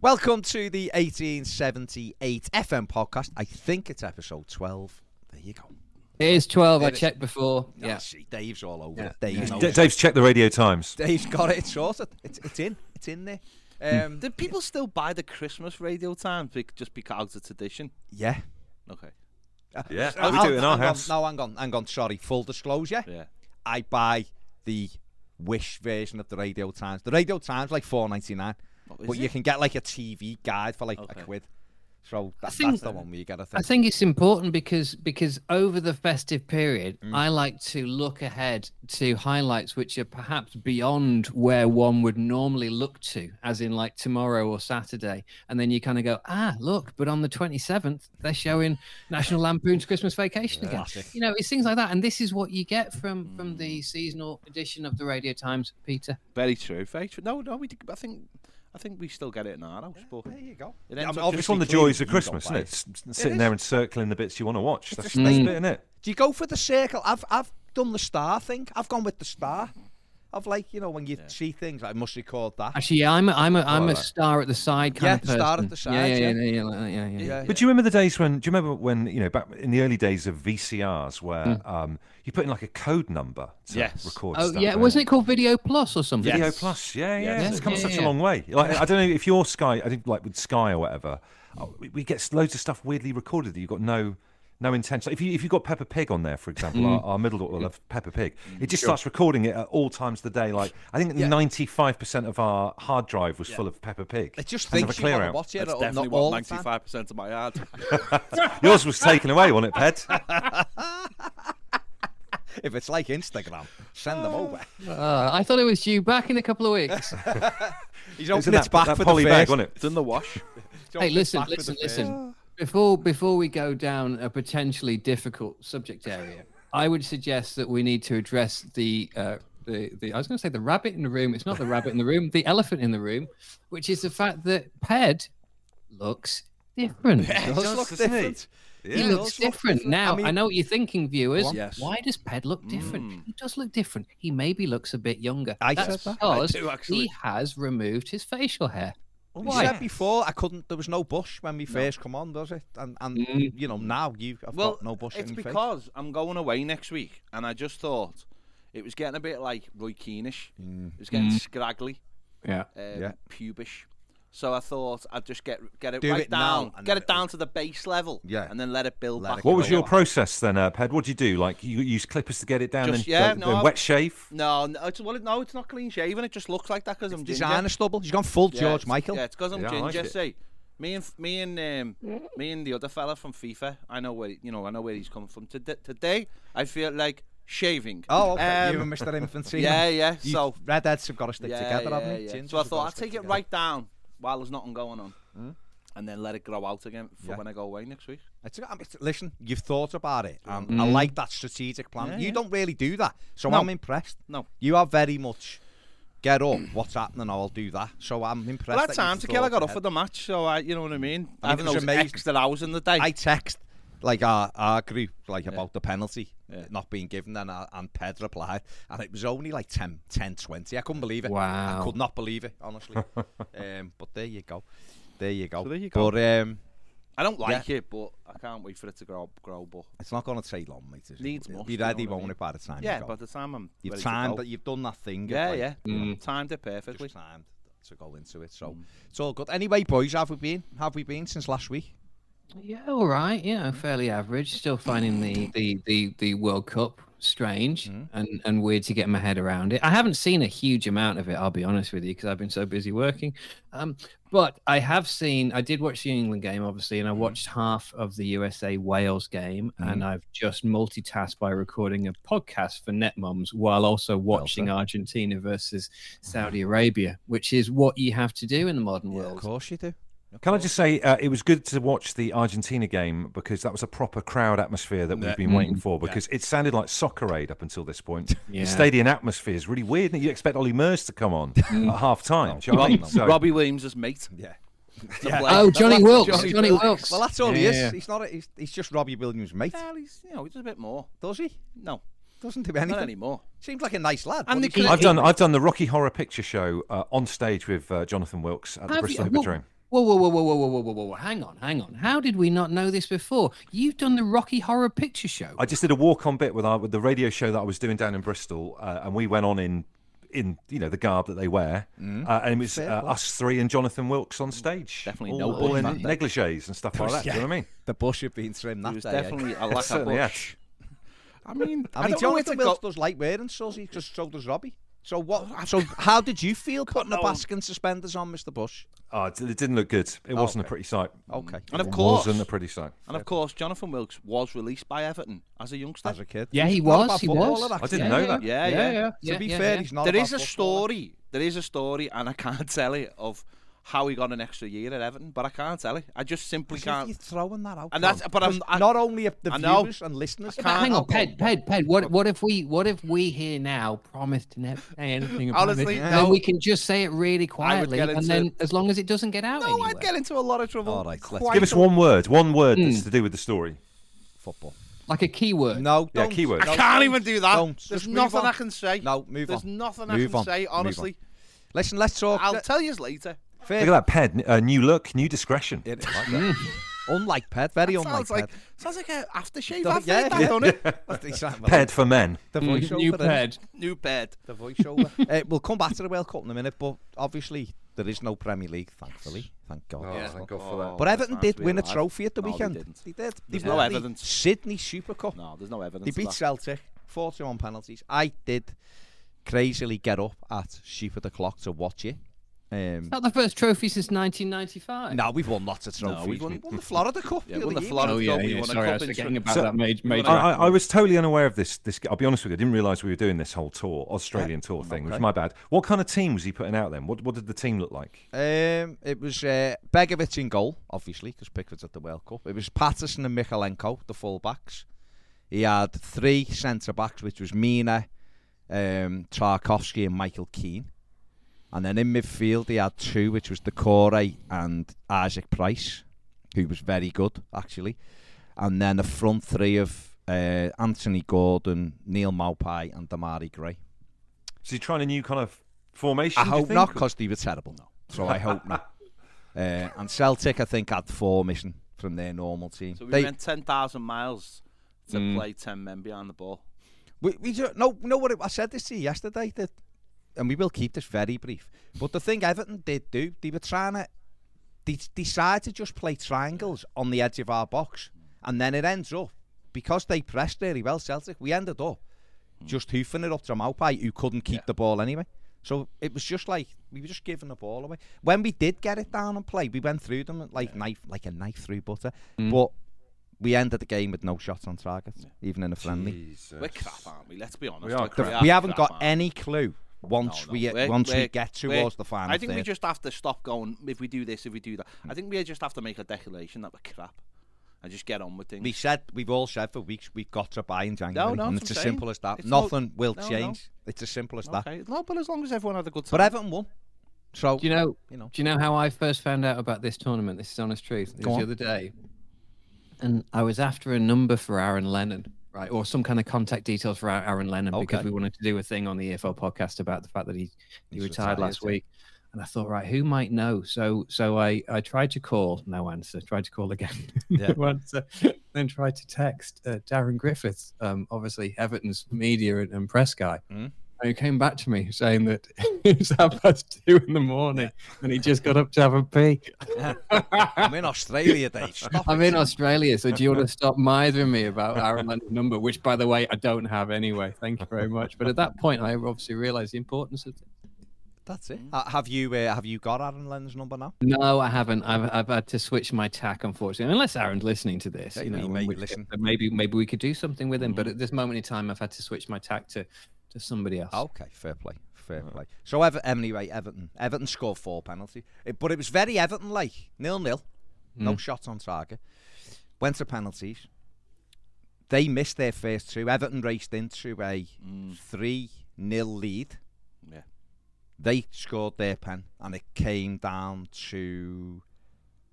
Welcome to the 1878 FM podcast. I think it's episode 12. There you go. It is 12. I checked before. Yeah. see, Dave's all over it. Dave knows. D- Dave's checked the Radio Times. Dave's got it sorted. It's, it's in. It's in there. Um, Did people still buy the Christmas radio times bec- just because it's edition? yeah. Okay. Yeah, uh, I'll- we do it in hang our on, house. No, hang on. Hang on. Sorry. Full disclosure. Yeah. I buy the Wish version of the Radio Times. The Radio Times like four ninety nine, is but you it? can get like a TV guide for like Okay. a quid. So that, think- that's the one where you get a thing. I think it's important because because over the festive period, Mm. I like to look ahead to highlights which are perhaps beyond where one would normally look to, as in like tomorrow or Saturday, and then you kind of go, ah, look, but on the twenty seventh they're showing National Lampoon's Christmas Vacation again. You know, it's things like that, and this is what you get from from Mm. the seasonal edition of the Radio Times, Peter. Very true. Very true. No, no, we. did- I think. I think we still get it in our house, but there you go. It Yeah, ends I mean, up just It's one of the obviously, joys of clearly you don't Christmas, buy isn't it? it. S- s- Sitting there and circling the bits you want to watch. That's the a best staple. bit, isn't it? Do you go for the circle? I've I've done the star thing. I've gone with the star. I've like you know when you see things, I must record that. Actually, yeah, I'm a, I'm a, I'm a star at the side kind Yeah, of person. star at the Yeah, side, yeah, yeah. yeah, yeah, like that, yeah, yeah. yeah, But do you remember the days when? Do you remember when you know back in the early days of VCRs where um, you put in like a code number to Yes. record Hmm. Oh stuff? yeah, wasn't it called Video Plus or something? Video Yes. Plus, yeah, yeah, Yes. it's come Yeah, such yeah. a long way. Like, I don't know if you're Sky, I think like with Sky or whatever, uh, we- we get loads of stuff weirdly recorded that you've got no no intention. If you if you've got Peppa Pig on there, for example, our, our middle daughter loves Peppa Pig. It just starts recording it at all times of the day. Like I think ninety five percent of our hard drive was full of Peppa Pig. It just Let's have thinks you a clear want to out. watch it. that's or not definitely all what the time. ninety-five percent of my yard. Yours was taken away, wasn't it, Ped? If it's like Instagram, send them over. Uh, I thought it was due back in a couple of weeks. He's It's in opened that, its back that for poly the bag, first. wasn't it? Done the wash. He's hey, opened its listen, back for the listen, first. listen. Before before we go down a potentially difficult subject area, I would suggest that we need to address the uh, the, the I was going to say the rabbit in the room. It's not the rabbit in the room. The elephant in the room, which is the fact that Ped looks different. It does, does look doesn't it? different. He Yeah, it looks does look different. Now, I, mean- know what you're thinking, viewers. Yes. Why does Ped look Hmm. different? He does look different. He maybe looks a bit younger. I That's said that. because do, actually. he has removed his facial hair. You said before I couldn't. There was no bush when we first come on, was it? And and Mm. you know now you have well, got no bush it's in your face. because I'm going away next week, and I just thought it was getting a bit like Roy Keane-ish. It was getting scraggly. Yeah. um, Mm. Yeah. pubish. So I thought I'd just get get it Do right it now, down, and get then it down to the base level, Yeah. and then let it build Let back. it What up. was go your up. process then, uh, Ped? What do you do? Like you you use clippers to get it down, Just- and yeah, then, no, then I've- wet shave. No, no, it's, well, no, it's not clean shaven. It just looks like that because I'm ginger. Designer stubble. He's gone full Yeah, George it's- Michael. Yeah, it's because I'm Yeah, I like ginger. it. say, me and me and um, me and the other fella from FIFA. I know where you know. I know where he's coming from. Today, today I feel like shaving. Oh, okay. Um, you and Mr. Infantry. yeah, yeah. You, So redheads have got to stick yeah, together, yeah, haven't they? yeah. Gingers So I have gotta thought I'd stick take it together. Hmm? right down while there's nothing going on, and then let it grow out again for when I go away next week. It's, I mean, it's- listen, you've thought about it, and I like that strategic plan. you don't really do that, so Mm-hmm. No. I'm impressed. No. you are very much get up. What's happening? I'll do that. So I'm impressed. Well, that that time you've to kill, I thought got ahead. off of the match, so I, you know what I mean. I mean, it Having was those amazing. extra hours in the day. I text like our, our group like about the penalty not being given and, I- and Ped replied and it was only like 10, 10 20 I couldn't believe it I Wow. could not believe it honestly um, but there you go there you go, So there you go. but um, I don't like it, but I can't wait for it to grow, grow. But it's not going to take long mate is it? Needs It'll must, be you know ready what I won't mean? it by the time yeah, you go by the time I'm you've ready timed to that go. you've done that thing of, Yeah, like, yeah, Mm. timed just it perfectly. timed to go into it so it's all good anyway boys how have we been how have we been since last week Yeah, all right. Yeah, fairly average. Still finding the the the, the World Cup strange and, and weird to get my head around it. I haven't seen a huge amount of it, I'll be honest with you, because I've been so busy working. Um, but I have seen, I did watch the England game, obviously, and I watched half of the USA Wales game. And I've just multitasked by recording a podcast for Netmoms while also watching Argentina versus Saudi Arabia, which is what you have to do in the modern Of world. course you do. Can I just say uh, it was good to watch the Argentina game because that was a proper crowd atmosphere that we've been waiting for because it sounded like soccer aid up until this point. Yeah. The stadium atmosphere is really weird. And you expect Ollie Murs to come on at half time. Do you know what I mean? So- Robbie Williams is mate. Yeah. to play. Oh, Johnny Wilkes. Johnny, Wilkes. Well, that's all he Yeah, is. yeah. He's not. A, he's, he's just Robbie Williams' mate. Well, he's, you know, he's a bit more. Does he? No, Doesn't do anything. not anymore. Seems like a nice lad. And but they he's- I've done I've done the Rocky Horror Picture Show uh, on stage with uh, Jonathan Wilkes at the Have Bristol you- whoa, Hippodrome. Whoa, whoa, whoa, whoa, whoa, whoa, whoa, whoa, whoa! Hang on, hang on. How did we not know this before? You've done the Rocky Horror Picture Show. I just did a walk on bit with our, with the radio show that I was doing down in Bristol, uh, and we went on in in you know the garb that they wear, Mm. uh, and it was uh, us three and Jonathan Wilkes on stage, Definitely all, no all bush in that day. negligees and stuff like that. Do you know what I mean? the bush had been trimmed that He was day. eh? definitely a lack of Certainly, yeah. bush. I mean, I mean, don't know where to Jonathan Wilkes go. does light wearing suzzy because so does Robbie. So what? So how did you feel putting the Baskin suspenders on, Mr. Bush? Oh, it it didn't look good. It wasn't a pretty sight. Okay. Mm. And Oh, of It course, wasn't a pretty sight. and of course, Jonathan Wilkes was released by Everton as a youngster. As a kid. Yeah, he not a was, bad he footballer, was. actually. I didn't know that. Yeah, yeah, yeah. yeah. To be yeah, fair, yeah. he's not. there is a bad footballer. story. There is a story, and I can't tell it of how he got an extra year at Everton, but I can't tell it. I just simply As if You're can't. throwing that out. And that's- Cam, but I'm- 'cause I- not only if the I know. viewers and listeners. I But can't- can't. hang on, I'll- Ped, Ped, Ped. What, what if we, what if we here now promise to never say anything about Honestly, it? no. Then we can just say it really quietly, get and into- then as long as it doesn't get out. No, anywhere. I'd get into a lot of trouble. All right, let's Quite Give us a- one word. One word Mm. that's to do with the story. Football. like a keyword. No, Yeah, don't. keyword. I No, can't don't, even do that. Don't. There's Just move nothing on. I can say. No, move There's on. nothing I Move can on. say. Move on. Honestly, Listen, let's talk. I'll let- tell you later. fair- Look at that pen. Uh, new look, new discretion. It is like that. unlike Ped, very unlike Mm. Sounds like Ped. sounds like a aftershave. Does it? advert, Yeah. that, don't it? That's exactly what I- Ped for men. The Mm, voiceover. new isn't it? Ped. New bed. The voiceover. uh, we'll come back to the World Cup in a minute, but obviously there is no Premier League, thankfully. Thank God. there's not. God for that. But Oh, Everton that's did nice win a to be alive. trophy at the No, they weekend. didn't. They did. They There's no won the evidence. Sydney Super Cup. No, there's no evidence. They of beat that. Celtic, 41 penalties. I did crazily get up at sheep of the clock to watch it. Um, Not the first trophy since 1995. now we've won lots of trophies. we won- the Florida Cup. Yeah, we the won the other year. Florida Oh yeah, Cup. We yeah. won a Sorry, I cup was in forgetting Sri- about So- that. Made, won made a- I, I, I was totally unaware of this. This, I'll be honest with you, I didn't realise we were doing this whole tour, Australian tour thing, which is my bad. What kind of team was he putting out then? What, what did the team look like? Um, it was uh, Begovic in goal, obviously, because Pickford's at the World Cup. It was Patterson and Michalenko, the full backs. He had three centre backs, which was Mina, um, Tarkovsky, and Michael Keane. And then in midfield, he had two, which was Decore and Isaac Price, who was very good, actually. And then the front three of uh, Anthony Gordon, Neil Maupai, and Damari Gray. Is he trying a new kind of formation? I do you hope think? not because they were terrible. No, so I hope not. Uh, and Celtic, I think, had four missing from their normal team. So we They- Mm. went 10,000 miles to play 10 men behind the ball. we, we ju- no, no. What it, I said this to you yesterday that, and we will keep this very brief. But the thing Everton did do, they were trying to, they s- decided to just play triangles on the edge of our box, and then it ends up because they pressed really well. Celtic, we ended up just hoofing it up to Maupai, who couldn't keep the ball anyway. So it was just like we were just giving the ball away. When we did get it down and play, we went through them like knife, like a knife through butter. But we ended the game with no shots on target, even in a friendly. We're crap, aren't we? Let's be honest. We are We're crap. crap. We haven't crap, got aren't any clue once Oh, No, no. we uh, We're- once we we're- get we're- towards the final. I think we third. Mm. just have to stop going. If we do this, if we do that, I think we just have to make a declaration that we're crap and just get on with things. we said we've all said for weeks we've got to buy in January, no, and it's that's what as I'm simple saying. as that. It's not- Nothing will no, no. change. It's as simple as that. okay. No, but as long as everyone had a good time. But Everton won, so Do you know? You know. Do you know how I first found out about this tournament? This is honest truth. It was the other day, and I was after a number for Aaron Lennon, right, or some kind of contact details for Aa- Aaron Lennon because Okay. we wanted to do a thing on the EFL podcast about the fact that he he retired, last week. And I thought, right, who might know? So, so I I tried to call, no answer. Tried to call again, no answer. Then tried to text uh, Darren Griffiths, um, obviously Everton's media and, and press guy. And he came back to me saying that it was half past two in the morning and he just got up to have a pee. I'm in Australia, Dave. Stop I'm it. in Australia, so do you want to stop mithering me about Ireland's number, which, by the way, I don't have anyway. Thank you very much. But at that point, I obviously realised the importance of it. That's it. Uh, have you uh, have you got Aaron Lennon's number now? No, I haven't. I've, I've had to switch my tack, unfortunately. Unless Aaron's listening to this, Yeah, you he know, may in which listen. Mm. case, maybe maybe we could do something with him. But at this moment in time, I've had to switch my tack to, to somebody else. Okay, fair play, fair play. So Ever- anyway, Everton, Everton scored four penalties, It- but it was very Everton like nil nil, no Hmm. shots on target. Went to penalties. They missed their first two. Everton raced into a three nil lead. Hmm. Yeah. They scored their pen, and it came down to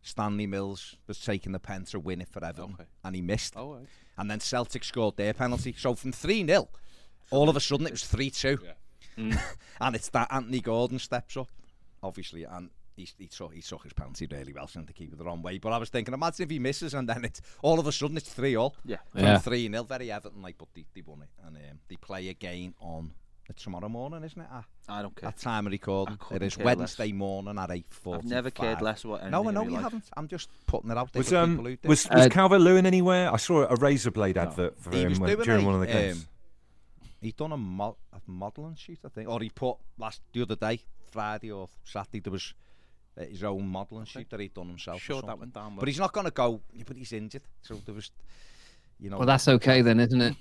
Stanley Mills was taking the pen to win it for Everton, Okay. and he missed. Oh, right. And then Celtic scored their penalty. So from 3 0, all of a sudden it was 3 2. Mm. and it's that Anthony Gordon steps up, obviously, and he, he, took, he took his penalty really well, sent the keeper the wrong way. But I was thinking, imagine if he misses and then it's all of a sudden it's 3 all. Yeah. Yeah. 3 0, very Everton like, but they, they won it. And um, they play again on it's tomorrow morning, isn't it? At, I don't care. at time of recording. I It couldn't is care less. Wednesday morning at 8.45. I've never cared less about anything. No, I in know my you life. haven't. I'm just putting it out there Was for um people who do. was, was Uh, Calvert Lewin anywhere? I saw a razor blade advert for He him was when- doing during a, one of the games. um, he done a, mo- a modelling shoot, I think, or he put last the other day, Friday or Saturday, there was uh, his own modelling shoot that he'd done himself. or Sure, that something. went down well. But he's not going to go. yeah, But he's injured, so there was, you know. Well, that's okay then, isn't it?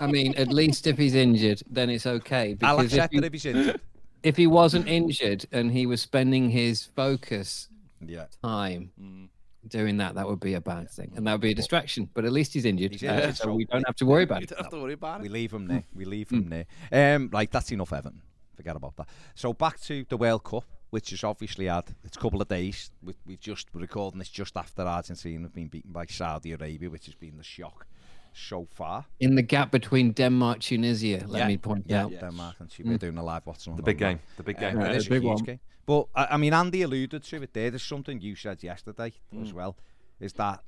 I mean, at least if he's injured, then it's okay. I'll Because if accept that he, if he's injured. if he wasn't injured and he was spending his focus yeah, time Mm. doing that, that would be a bad thing, and that would be a distraction. But at least he's injured, He's uh, injured, so so- we don't have to worry about You it. don't have to worry about we it. leave him there. We leave Hmm. him there. Um, right, that's enough, Everton. Forget about that. So back to the World Cup, which has obviously had it's a couple of days. We, we've just we're recording this just after Argentina have been beaten by Saudi Arabia, which has been the shock so far. In the gap between Denmark, Tunisia, let Yeah, me point yeah, out. Denmark and Mm. Tunisia doing a live watch. The big game. The big game. Yeah, it the is a big Uh, huge one. game. But I, I mean, Andy alluded to it there. There's something you said yesterday Mm. as well, is that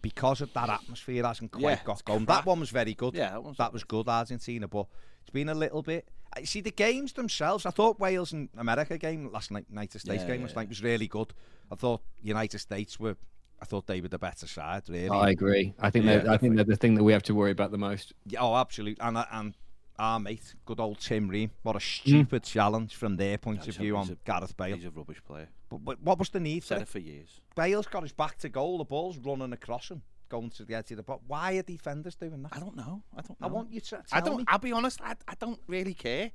because of that atmosphere hasn't quite Yeah, got it's going. That crap. one was very good. Yeah, that one's that was good Argentina, but it's been a little bit. I See the games themselves. I thought Wales and America game last night, United States Yeah, game yeah, last night was really good. I thought United States were. I thought they were the better side, really. Oh, I agree. I think Yeah, they're, I think they're the thing that we have to worry about the most. Yeah, oh, absolutely. And, uh, and our mate, good old Tim Ream, what a stupid challenge from their point of He's Hmm. a- view on he's a- Gareth Bale. He's a rubbish player. But, but what was the need for Said it? it for years. Bale's got his back to goal, the ball's running across him, going to the edge of the box. Why are defenders doing that? I don't know. I don't. I Know. want you to tell I don't. me. I'll be honest. I, I don't really care.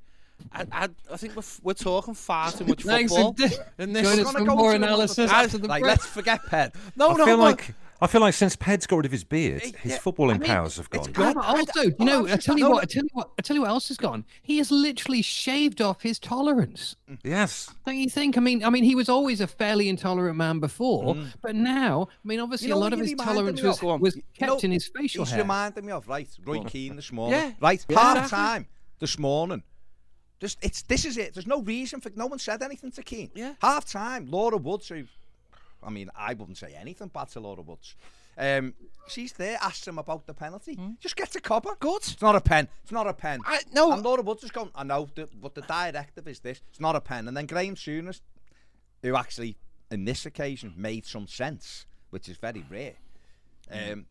I, I, I think we're, f- we're talking far too much Thanks, football. and- in Join us this, gonna for go more to another analysis I- after the like, break. let's forget Pen. no, I no, feel but- like I feel like since Ped's got rid of his beard, his footballing powers have gone. Yeah, but also, you I know, was I just- tell you no, what, I no. tell you what, I tell you what else is gone. He has literally shaved off his tolerance. Yes. Don't you think? I mean, I mean, he was always a fairly intolerant man before, but now, I mean, obviously, know a what lot of Mm. you his reminded tolerance me was, of? Go on. was You kept know, in his facial He's hair. reminding me of right, Roy Keane this morning. Yeah, Right, yeah, half exactly. time this morning. Just it's this is it. There's no reason for no one said anything to Keane. Yeah. Half time, Laura Woods, who I mean, I wouldn't say anything bad to Laura Woods. Um, she's there, asks him about the penalty. Just get a copper. Good. It's not a pen. It's not a pen. Hmm. I- no. And Laura Woods is going, I know, the, but the directive is this. It's not a pen. And then Graham Souness, who actually, in this occasion, made some sense, which is very rare. Hmm. Um,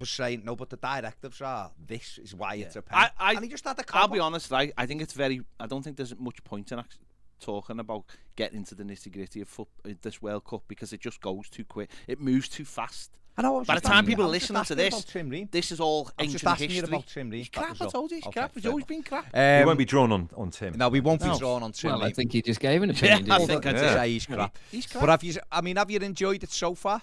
was saying no, but the directives are this is why it's a pen. I- I- and he just had a I'll copper. be honest. I, I think it's very. I don't think there's much point in act- talking about getting into the nitty gritty of foot, uh, this World Cup because it just goes too quick. It moves too fast. I know, I was By the just time asking- people I was just listen to asking you this, about Tim Ream. this is all I was just ancient asking you history. about Tim Ream, He's that crap. was I all. told you, he's Okay, crap. He's fair always enough. been crap. He Um, won't be drawn on on Tim. No, we won't be No. drawn on Tim well, I Ream. think he just gave an opinion. I didn't he? think I Other than did. to say he's crap. He's But have you? I mean, have you enjoyed it so far,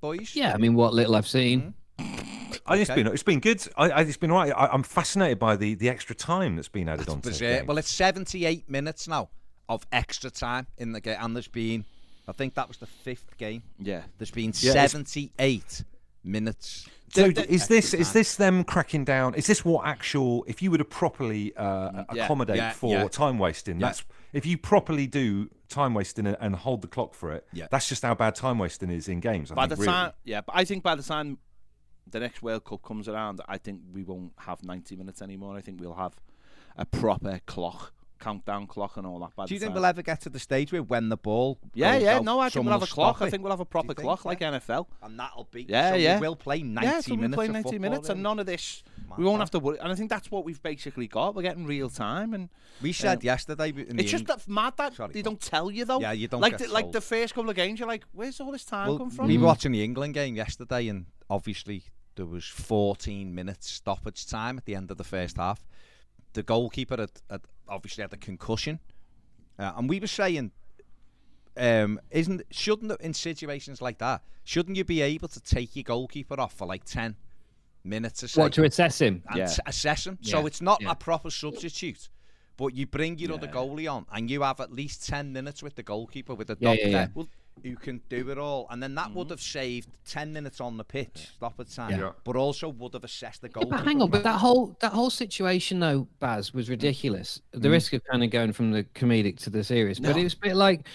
boys? yeah, I mean, what little I've seen. Mm-hmm. I, it's been it's been good. I, I, it's been all right. I, I'm fascinated by the, the extra time that's been added on to There's, the uh, game. well, it's 78 minutes now of extra time in the game, and there's been, I think that was the fifth game. Yeah. There's been it's- 78 minutes. So Th- th- is this is this them cracking down? Is this what actual? If you were to properly uh, Yeah, accommodate yeah, for yeah. time wasting, that's if you properly do time wasting and, and hold the clock for it. Yeah. that's just how bad time wasting is in games. I By the think, really. time, yeah, but I think by the time the next World Cup comes around, I think we won't have 90 minutes anymore. I think we'll have, a proper clock, countdown clock, and all that. By Do you the think time. we'll ever get to the stage where when the ball? Yeah, goes yeah. out, No, I think someone we'll have will a clock. stop I it? think we'll have a proper think, clock yeah? like NFL. and that'll be. Yeah, so yeah. We will play ninety yeah, so minutes. we'll play of 90 football, minutes, really. and none of this. My we won't God. have to worry. And I think that's what we've basically got. We're getting real time, and We said yesterday. w- in the it's just Eng- that mad that Sorry, they go on. don't tell you though. Yeah, you don't Like get the, like told. the first couple of games, you're like, where's all this time Well, come from? We were watching the England game yesterday, and obviously there was 14 minutes stoppage time at the end of the first half. The goalkeeper had, had obviously had a concussion, uh, and we were saying, um, isn't shouldn't in situations like that, shouldn't you be able to take your goalkeeper off for like 10 minutes or so? What to assess him? and Yeah. s- assess him. Yeah, So it's not yeah. a proper substitute, but you bring your other Yeah. goalie on, and you have at least ten minutes with the goalkeeper with the Yeah, yeah, doctor yeah. who can do it all, and then that Mm-hmm. would have saved ten minutes on the pitch, stop at time, Yeah. but also would have assessed the goalkeeper. But hang on, but properly. that whole that whole situation though, Baz, was ridiculous. The risk of kind of going from the comedic to the serious, but No. it was a bit like,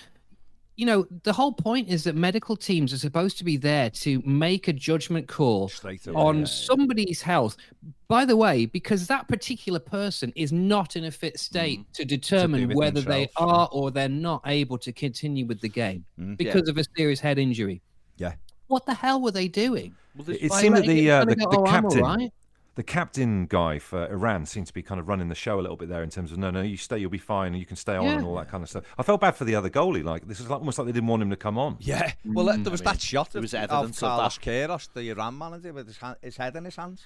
you know, the whole point is that medical teams are supposed to be there to make a judgment call Straight away, on somebody's health. By the way, because that particular person is not in a fit state to determine with whether they themselves, are or they're not able to continue with the game because of a serious head injury. Yeah. What the hell were they doing? Well, there's- It, it seemed that letting the it uh, kinda the, go, the "Oh, I'm all captain, right." the captain guy for Iran, seemed to be kind of running the show a little bit there in terms of no, no, you stay, you'll be fine, and you can stay on, and Yeah. all that kind of stuff. I felt bad for the other goalie. Like this is like, almost like they didn't want him to come on. Yeah, well, that- there was that shot Mm, there of, was of evidence of Carlos that. Queiroz, the Iran manager, with his, hand, his head in his hands,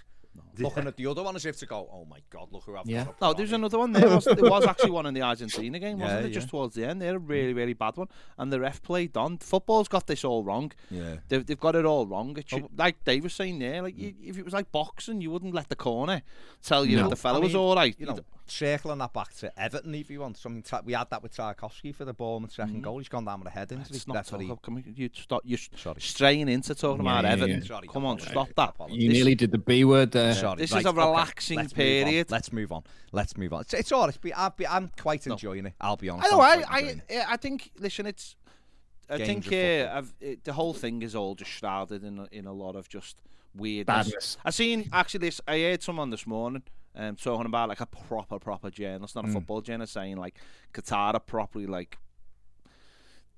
looking at the other one as if to go, "Oh my God, look who I've Yeah. got." No, there's another one there. Was, there was actually one in the Argentina game, wasn't Yeah, Mm. there? yeah. Just towards the end, they're a really, really bad one, and the ref played on. Football's got this all wrong. Yeah. Oh. Mm. they've, they've got it all wrong. It should, like they were saying there, like you, if it was like boxing, you wouldn't let the corner tell you that the fella I was mean, all right. You know, circling that back to Everton, if you want. Something ta- we had that with Tarkovsky for the Bournemouth second goal. He's gone down with a head injury. Let's not talk Referee- about, can we, you stop, you're s- Sorry. straying into talking about yeah, yeah. Everton. Sorry, Come on, apologies. stop that. Apologies. You nearly did the B word there. Sorry, This right, is a okay, relaxing let's move on, period. Let's move on. Let's move on. It's, it's all right. It's be- I've be- I'm quite enjoying it. I'll be honest. I know. I'm I, quite I, enjoying it. I I think. Listen, it's. I Games think of uh, football. I've, it, the whole thing is all just shrouded in a- in a lot of just weird Badness. I seen actually this. I heard someone this morning um, talking about like a proper proper journalist, Hmm. not a football journalist, saying like Qatar are properly like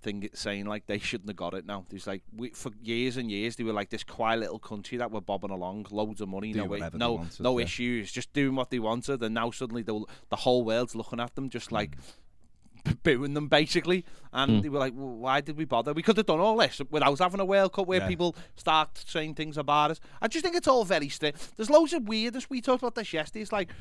thing saying like they shouldn't have got it now. There's like we, for years and years they were like this quiet little country that were bobbing along, loads of money, no whatever they no wanted, no yeah. issues, just doing what they wanted, and now suddenly the the whole world's looking at them just like booing them basically, and Hmm. they were like, well, "Why did we bother? We could have done all this without having a World Cup where Yeah. people start saying things about us." I just think it's all very stiff. There's loads of weirdness. We talked about this yesterday. It's like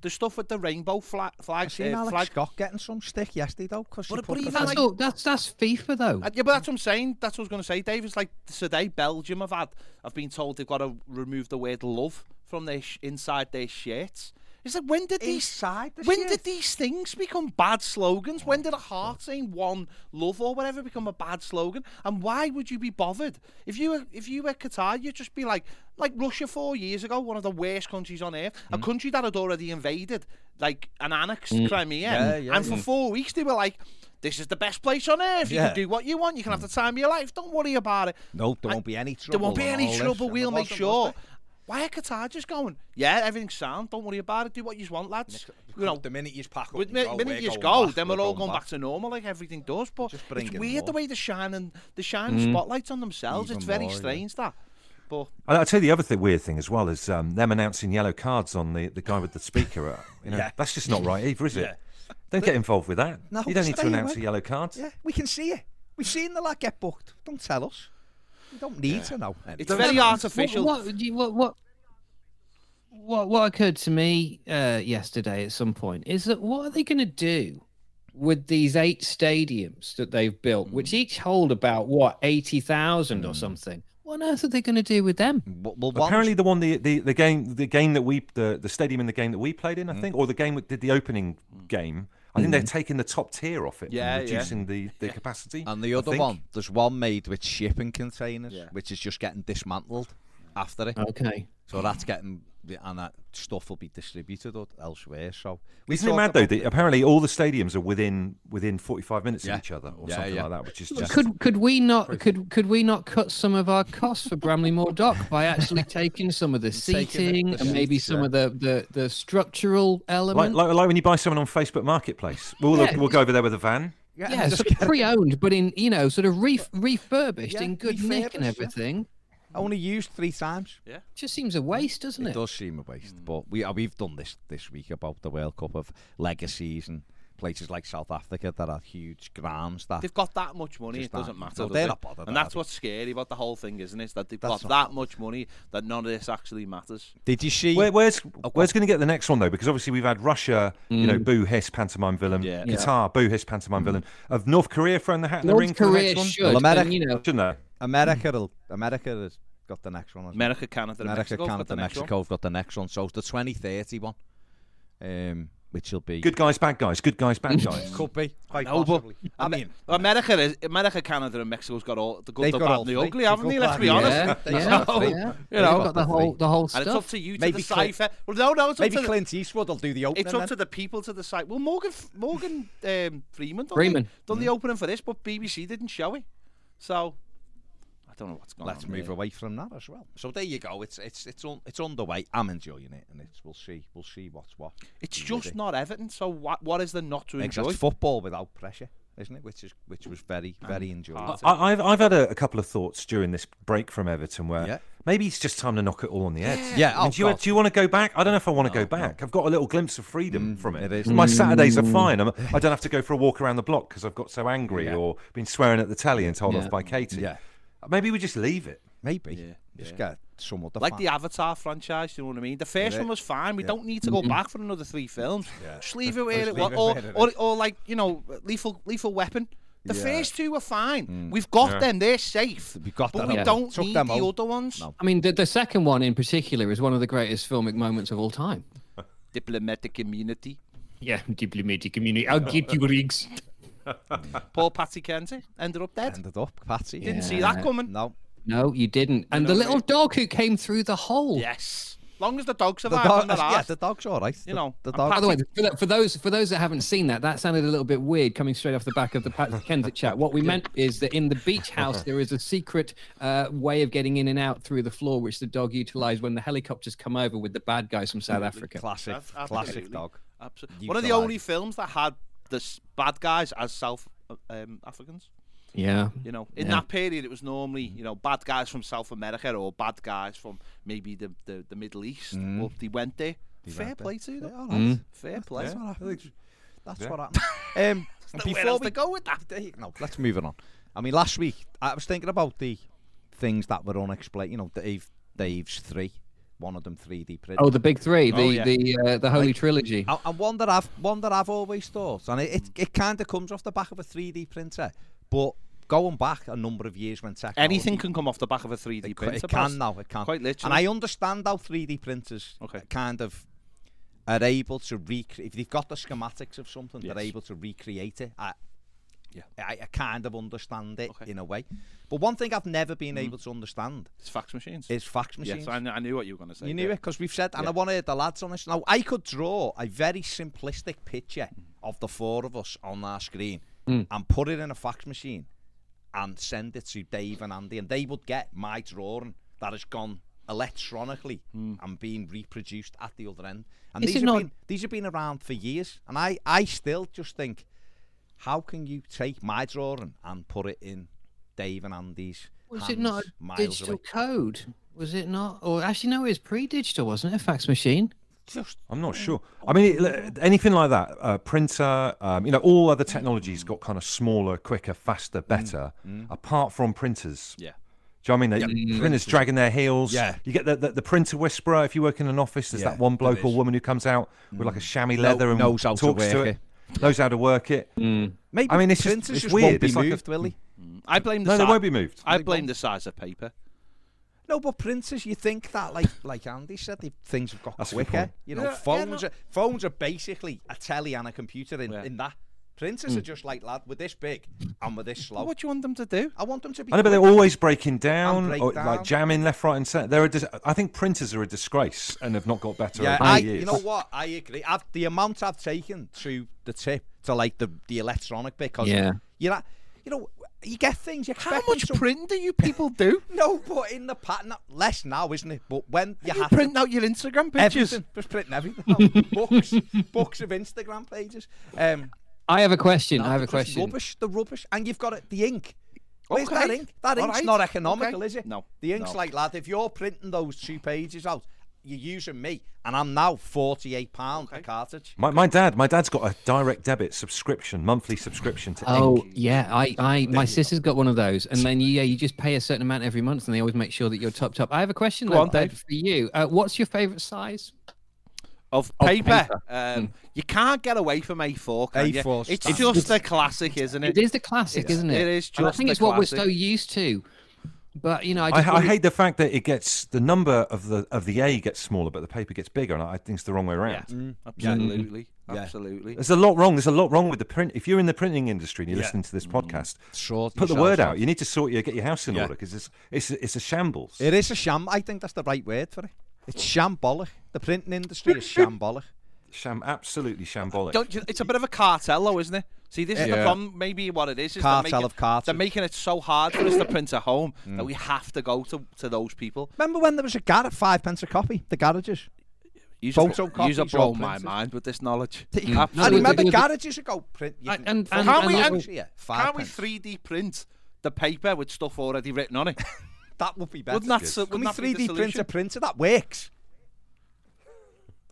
the stuff with the rainbow flag, flag, I seen uh, Alex flag Scott getting some stick yesterday though, because But- but even That's, like- all, that's that's FIFA though. Uh, yeah, but that's what I'm saying. That's what I was going to say, Dave. It's like today, Belgium have had. I've been told they've got to remove the word "love" from their sh- inside their shirts. It's like when did these Inside the when shirt? did these things become bad slogans? When did a heart saying "one love" or whatever become a bad slogan? And why would you be bothered if you were if you were Qatar? You'd just be like like Russia four years ago, one of the worst countries on earth, a country that had already invaded like an annexed Crimea, Yeah, yeah, and for yeah. four weeks they were like. This is the best place on earth. You Yeah. can do what you want. You can have the time of your life. Don't worry about it. Hmm. no, there I- won't be any trouble. There won't be and all any this, trouble. and We'll there wasn't, make was sure. Why are Qatar just going? Yeah, everything's sound. Don't worry about it. Do what you want, lads. there? You know, the minute you pack up, with and mi- go, minute we're you going go, back, then we're we're all going back to normal, like everything does. But just it's bringing weird the more. Hmm. way the shine and the shine spotlights on themselves. Even it's very more, yeah. strange that. But And I'll tell you the other th- weird thing as well is um, them announcing yellow cards on the, the guy with the speaker. uh, You know, Yeah. That's just not right either, is it? Don't get involved with that. No, you don't need to stay announce away. a yellow card. Yeah, we can see it. We've seen the lad get booked. Don't tell us. We don't need to know. it's anyway. very What, artificial. what, do you- what, what, what, what occurred to me uh, yesterday at some point is that what are they going to do with these eight stadiums that they've built, which each hold about what eighty thousand or something? What on earth are they going to do with them? Well, well, one's- Apparently, the one the, the, the game the game that we the, the stadium in the game that we played Mm. in, I think, or the game that did the opening game. I think they're taking the top tier off it, Yeah, yeah. and reducing the, the capacity. And the I other think. one, there's one made with shipping containers, Yeah. Uh, which is just getting dismantled after it. Okay, So that's getting and that stuff will be distributed o- elsewhere. So we Isn't it talked mad though about that apparently all the stadiums are within within 45 minutes Yeah. of each other or Yeah, something yeah. like that, which is just could could we not could could we not cut some of our costs for Bramley Moor Dock by actually taking some of the seating and maybe some of the, the the structural like, elements? like like when you buy someone on Facebook Marketplace. We'll Yeah. we'll go over there with a van. yeah, yeah, just sort get of pre-owned, but in you know, sort of re- refurbished Yeah, in good nick refurbished, and yeah. everything. only used three times. Just seems a waste, doesn't It it? does seem a waste, but we uh, we've done this this week about the World Cup of legacies and places like South Africa that are huge grounds that They've got that much money, Just it doesn't that. matter. No, does they're it? not bothered, And are that's they? what's scary about the whole thing, isn't it? That they've That's got not- that much money that none of this actually matters. Did you see? Where, where's where's going to get the next one though? Because obviously we've had Russia, you Mm. know, boo hiss pantomime villain, Yeah. Yeah. Qatar, boo hiss pantomime villain. Mm. Of North Korea throwing the hat in the ring North for the Korea next one, should, Well, and, America- you know, shouldn't they? America, will- America has got the next one. hasn't it? America, Canada, and America, Mexico. got Canada, the next one. Mexico have got the next one. So it's the 2030 one, um, which will be Good guys, bad guys. Good guys, bad guys. Could be quite No, but possibly. I mean, America, is, America, Canada, and Mexico's got all the good, They've the got bad, all and the three. ugly, They've haven't they? got Let's be bad, honest. yeah, They've yeah, got three. yeah. They've know, They've got the whole three. the whole And it's up stuff. to you to Maybe Clint- decipher. Well, no, no, it's up, Maybe to, the, Clint Eastwood will do the opening. it's up then. to the people to decide. Well, Morgan F- Morgan um, Freeman done, Freeman. The, Mm. done the opening for this, but BBC didn't show it. So I don't know what's going Let's on. move there. away from that as well. So there you go. It's it's it's on it's underway. I'm enjoying it, and it's we'll see we'll see what's what. It's Really. just not Everton. So what, what is there not to Because enjoy? that's football without pressure, isn't it? Which is which was very Mm. very Ah, enjoyable. I, I've I've had a, a couple of thoughts during this break from Everton where Yeah. maybe it's just time to knock it all on the head. Yeah, I mean, oh, do you God. Oh, do you want to go back? I don't know if I want to go back. I've got a little glimpse of freedom from it. Mm, it is. Mm. My Saturdays are fine. I'm, I don't have to go for a walk around the block because I've got so angry or been swearing at the telly and told off by Katie. Yeah. Maybe we just leave it. Maybe Yeah, just yeah. get some other like fan. the Avatar franchise, you know what I mean? The first Yeah. one was fine. We Yeah. don't need to go back for another three films. Just leave it where Just it leave was, it or, where it or, is. or like you know, lethal lethal weapon. The Yeah. first two were fine. We've got them. They're safe. We've got but that we out. don't Took need them the out. other ones. No. I mean, the, the second one in particular is one of the greatest filmic moments of all time. Diplomatic immunity. Yeah, diplomatic community. I'll get you rigs. Uh, Paul Patsy Kenzie ended up dead. ended up Patsy. Didn't see that coming. No, No, you didn't. And the little dog who came through the hole. Yes. long as the dog the survived dog. on the Yeah, last. the dog's all right. You The- know, the and dog. By the way, for, the, for those for those that haven't seen that, that sounded a little bit weird coming straight off the back of the Pat Kensit chat. What we meant is that in the beach house there is a secret uh, way of getting in and out through the floor, which the dog utilised when the helicopters come over with the bad guys from South Africa. Classic, That's classic absolutely- dog. Absolutely. One of the Euthanized. only films that had the s- bad guys as South uh, um, Africans. Yeah, You know, in Yeah. that period, it was normally you know bad guys from South America or bad guys from maybe the the, the Middle East. Well, they went there. Fair Mm. went there. play to them. Yeah, all right. Fair play. That's what happened. That's Yeah. what happened. Um, and Where before else we to go with that? There you- no, let's move it on. I mean, last week I was thinking about the things that were unexplained. You know, Dave, Dave's three, one of them 3D printed. Oh, the big three, the yeah. the uh, the Holy Trilogy. And- And one that I've one that I've always thought, and it, it, it kind of comes off the back of a 3D printer, but going back a number of years when technology Anything can come off the back of a 3D it, c- printer. it pals. can now, it can. Quite literally. And I understand how 3D printers Okay. kind of are able to recreate, if they've got the schematics of something, they're Yes. able to recreate it. I, Yeah. I, I kind of understand it Okay. in a way. But one thing I've never been able to understand it's fax machines. is fax machines. yes, I, kn- I knew what you were going to say. You knew yeah. it because we've said, and I want to hear the lads on this. Now, I could draw a very simplistic picture of the four of us on our screen Mm. and put it in a fax machine and send it to Dave and Andy, and they would get my drawing that has gone electronically Mm. and being reproduced at the other end. And Is these have, it not- been, these have been around for years, and I, I still just think, how can you take my drawing and put it in Dave and Andy's? Was hands it not a miles digital away? code? Was it not? Or actually, no, it was pre-digital, wasn't it? A fax machine. Just I'm not sure. I mean, it- l- anything like that, uh, printer, um, you know, all other technologies got kind of smaller, quicker, faster, Mm. better, apart from printers. Yeah. Do you know what I mean? They- Printers dragging their heels. Mm. Yeah. You get the, the, the printer whisperer if you work in an office. There's Yeah, that one bloke there or is. Mm. woman who comes out with like a chamois leather and knows how to talks to, work Mm. it, knows how to work it. Maybe I mean, it's just- printers it's just weird. won't be It's like a- moved, will they? I blame the No, they si- won't be moved. I blame the size of paper. No, but printers, you think that, like like Andy said, they, things have got That's a good quicker. point. You know, Yeah, yeah, phones no- are phones are basically a telly and a computer in, Yeah. in that Printers Mm. are just like lad, we're this big and we're this slow. What do you want them to do? I want them to be. I know, but they're quick. always breaking down, break or, down. like jamming left, right, and centre. They're a dis- I think printers are a disgrace and have not got better Yeah, over I, the years. you know what? I agree. I've, the amount I've taken to the tip to like the, the electronic bit, because Yeah. you know, you know, you get things. You How expect much them to- printing do you people do? No, but in the pattern, less now, isn't it? But when you, You have to print out your Instagram pictures. everything, just printing everything, out. books, books of Instagram pages. Um, I have a question. I have a just question. Rubbish, the rubbish, and you've got it, the ink. Where's Okay. that ink? That All ink's right. not economical, Okay. is it? No, The ink's no. like lad. If you're printing those two pages out, you're using me, and I'm now forty-eight pound a cartridge. My, my dad, my dad's got a direct debit subscription, monthly subscription to Oh Ink. yeah, I, I my sister's got one of those, and then yeah, you just pay a certain amount every month, and they always make sure that you're topped up. I have a question though, on, Dave, Dave. for you. Uh, what's your favorite size? of paper. Hmm. Um, you can't get away from A4, can you? A4 It's stamp. just a classic, isn't it? It is the classic, It's- isn't it? it is And I just think the it's what we're classic. so used to. But you know, I, I, just I wonder- hate the fact that it gets the number of the of the A gets smaller, but the paper gets bigger, and I think it's the wrong way around. Hmm. Absolutely, absolutely. There's a lot wrong. There's a lot wrong with the print. If you're in the printing industry and you're listening to this podcast, Sort put the yourself word out. out. You need to sort your get your house in Yeah. order 'cause order because it's it's it's a shambles. It is a sham. I think that's the right word for it. It's shambolic. The printing industry is shambolic. Sham, absolutely shambolic. Don't you, it's a bit of a cartel, though, isn't it? See, this is the problem. Maybe what it is is Cartel they're making, of Mm. cartels. They're making it so hard for us to print at home that we have to go to, to those people. Remember when there was a garage five pence a copy? The garages. Use Photocopies a or blow my printers. mind with this knowledge. I There Absolutely. was a- remember there was a- garages ago. Print. You I- can, and- fuck and- Can't it, we- you and- can see it. Five Can't we pence. 3D print the paper with stuff already written on it? That would be better. Wouldn't that, so- Can wouldn't that we 3D be the print a solution? printer that works?